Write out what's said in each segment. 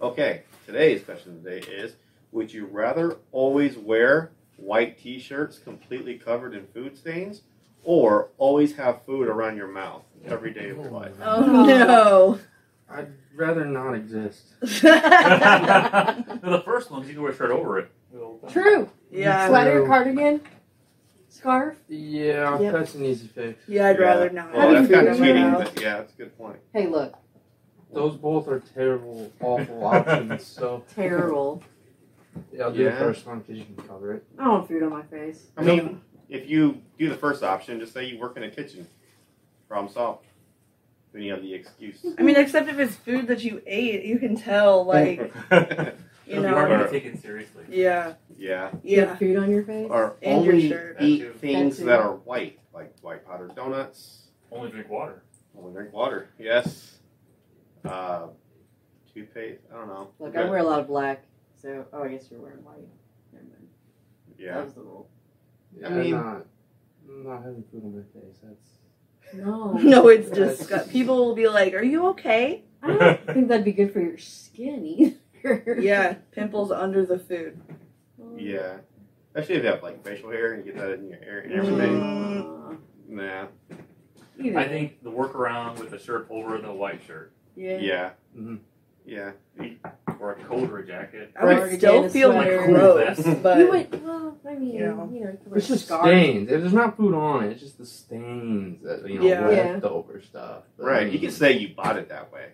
Okay, today's question of the day is Would you rather always wear white t shirts completely covered in food stains or always have food around your mouth every day of your life? Oh no. I'd rather not exist. No, the first ones you can wear a shirt over it. True. yeah. Sweater, True. cardigan, scarf. Yeah, Yep. that's an easy fix. Yeah, I'd Yeah. rather not. Well, that's kind Having of food around your cheating, mouth. but yeah, that's a good point. Hey, look, Those both are terrible, awful options. So terrible. yeah, I'll do Yeah. the first one because you can cover it. I don't want food on my face. I mean, if you do the first option, just say you work in a kitchen. Problem solved. Then you have the excuse. I mean, except if it's food that you ate, you can tell, like, you It'll be hard know. to take it seriously. Yeah. yeah. You Yeah. have food on your face. Or And your only shirt. That too. eat things That too. that are white, like white powdered donuts. Only drink water. Only drink water. Yes. Uh, toothpaste. I don't know. Look, But- I wear a lot of black, so oh, I guess you're wearing white. Never mind. That Yeah. was the rule. I I mean- mean, not, uh, not having food on my face. That's No, No, it's disgust. People will be like, "Are you okay?" I don't think that'd be good for your skin either. Yeah, pimples under the food. Yeah. Especially if you have like facial hair and you get that in your hair and everything. Uh, Nah. either I think the workaround with the shirt over the white shirt way. Yeah. Yeah. Mm-hmm. Mhm. Yeah. or a coat or a jacket. I would Right. still feel Like, like cool gross, vest. but you would. Well, I mean, You know. you know, you could wear it's a just scarf. stains. If there's not food on it, it's just the stains that you know Yeah. leftover stuff. But, I Right. mean, You can say you bought it that way.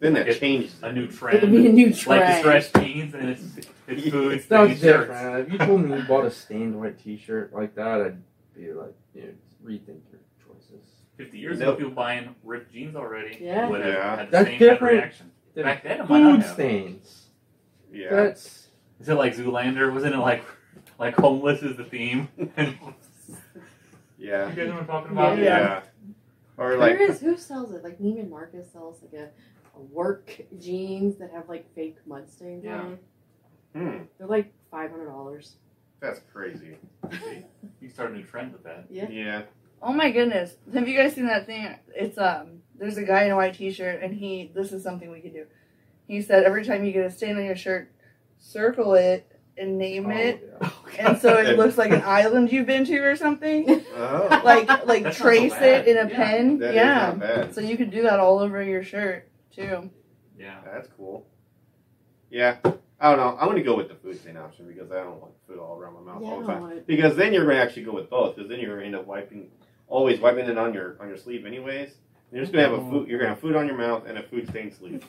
Then that It- changes. A new trend. It'd be a new Like the trend. stretch jeans and it's, it's Yeah. food. It's not stained shirts. different. If you told me you bought a stained white T-shirt like that, I'd be like, dude, rethink your choices. Fifty years No. ago, people buying ripped jeans already Yeah. would have Yeah. had the That's same Kind different. of reaction. Back then, it might not Food have. stains. Yeah. That's Is it like Zoolander? Wasn't it like like homeless is the theme? you guys know Yeah. what I'm talking about? Yeah. Yeah. Or like there is who sells it? Like Neiman Marcus sells like a, a work jeans that have like fake mud stains Yeah. on them. hmm, They're like five hundred dollars. that's crazy. You start a new trend with that. Yeah. Yeah. Oh my goodness! Have you guys seen that thing? It's um, there's a guy in a white t-shirt, and he. This is something we could do. He said every time you get a stain on your shirt, circle it and name oh, it, yeah. and so it looks like an island you've been to or something. Oh. Like That's like not so trace it bad. in a Yeah. pen. That is yeah. not bad. So you could do that all over your shirt too. Yeah. That's cool. Yeah. I don't know. I'm gonna go with the food stain option because I don't want food all around my mouth yeah, all I the don't time. want it. Because then you're gonna actually go with both. Because then you're gonna end up wiping, always wiping it on your on your sleeve anyways. And you're just gonna have a food. You're gonna have food on your mouth and a food stained sleeve.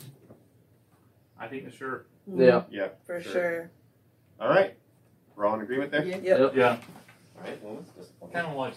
I think the shirt. Yeah. Yeah. For Sure. sure. All right. We're all in agreement there. Yeah. Yep. Yeah. All right. Well, that's disappointing. Kind of like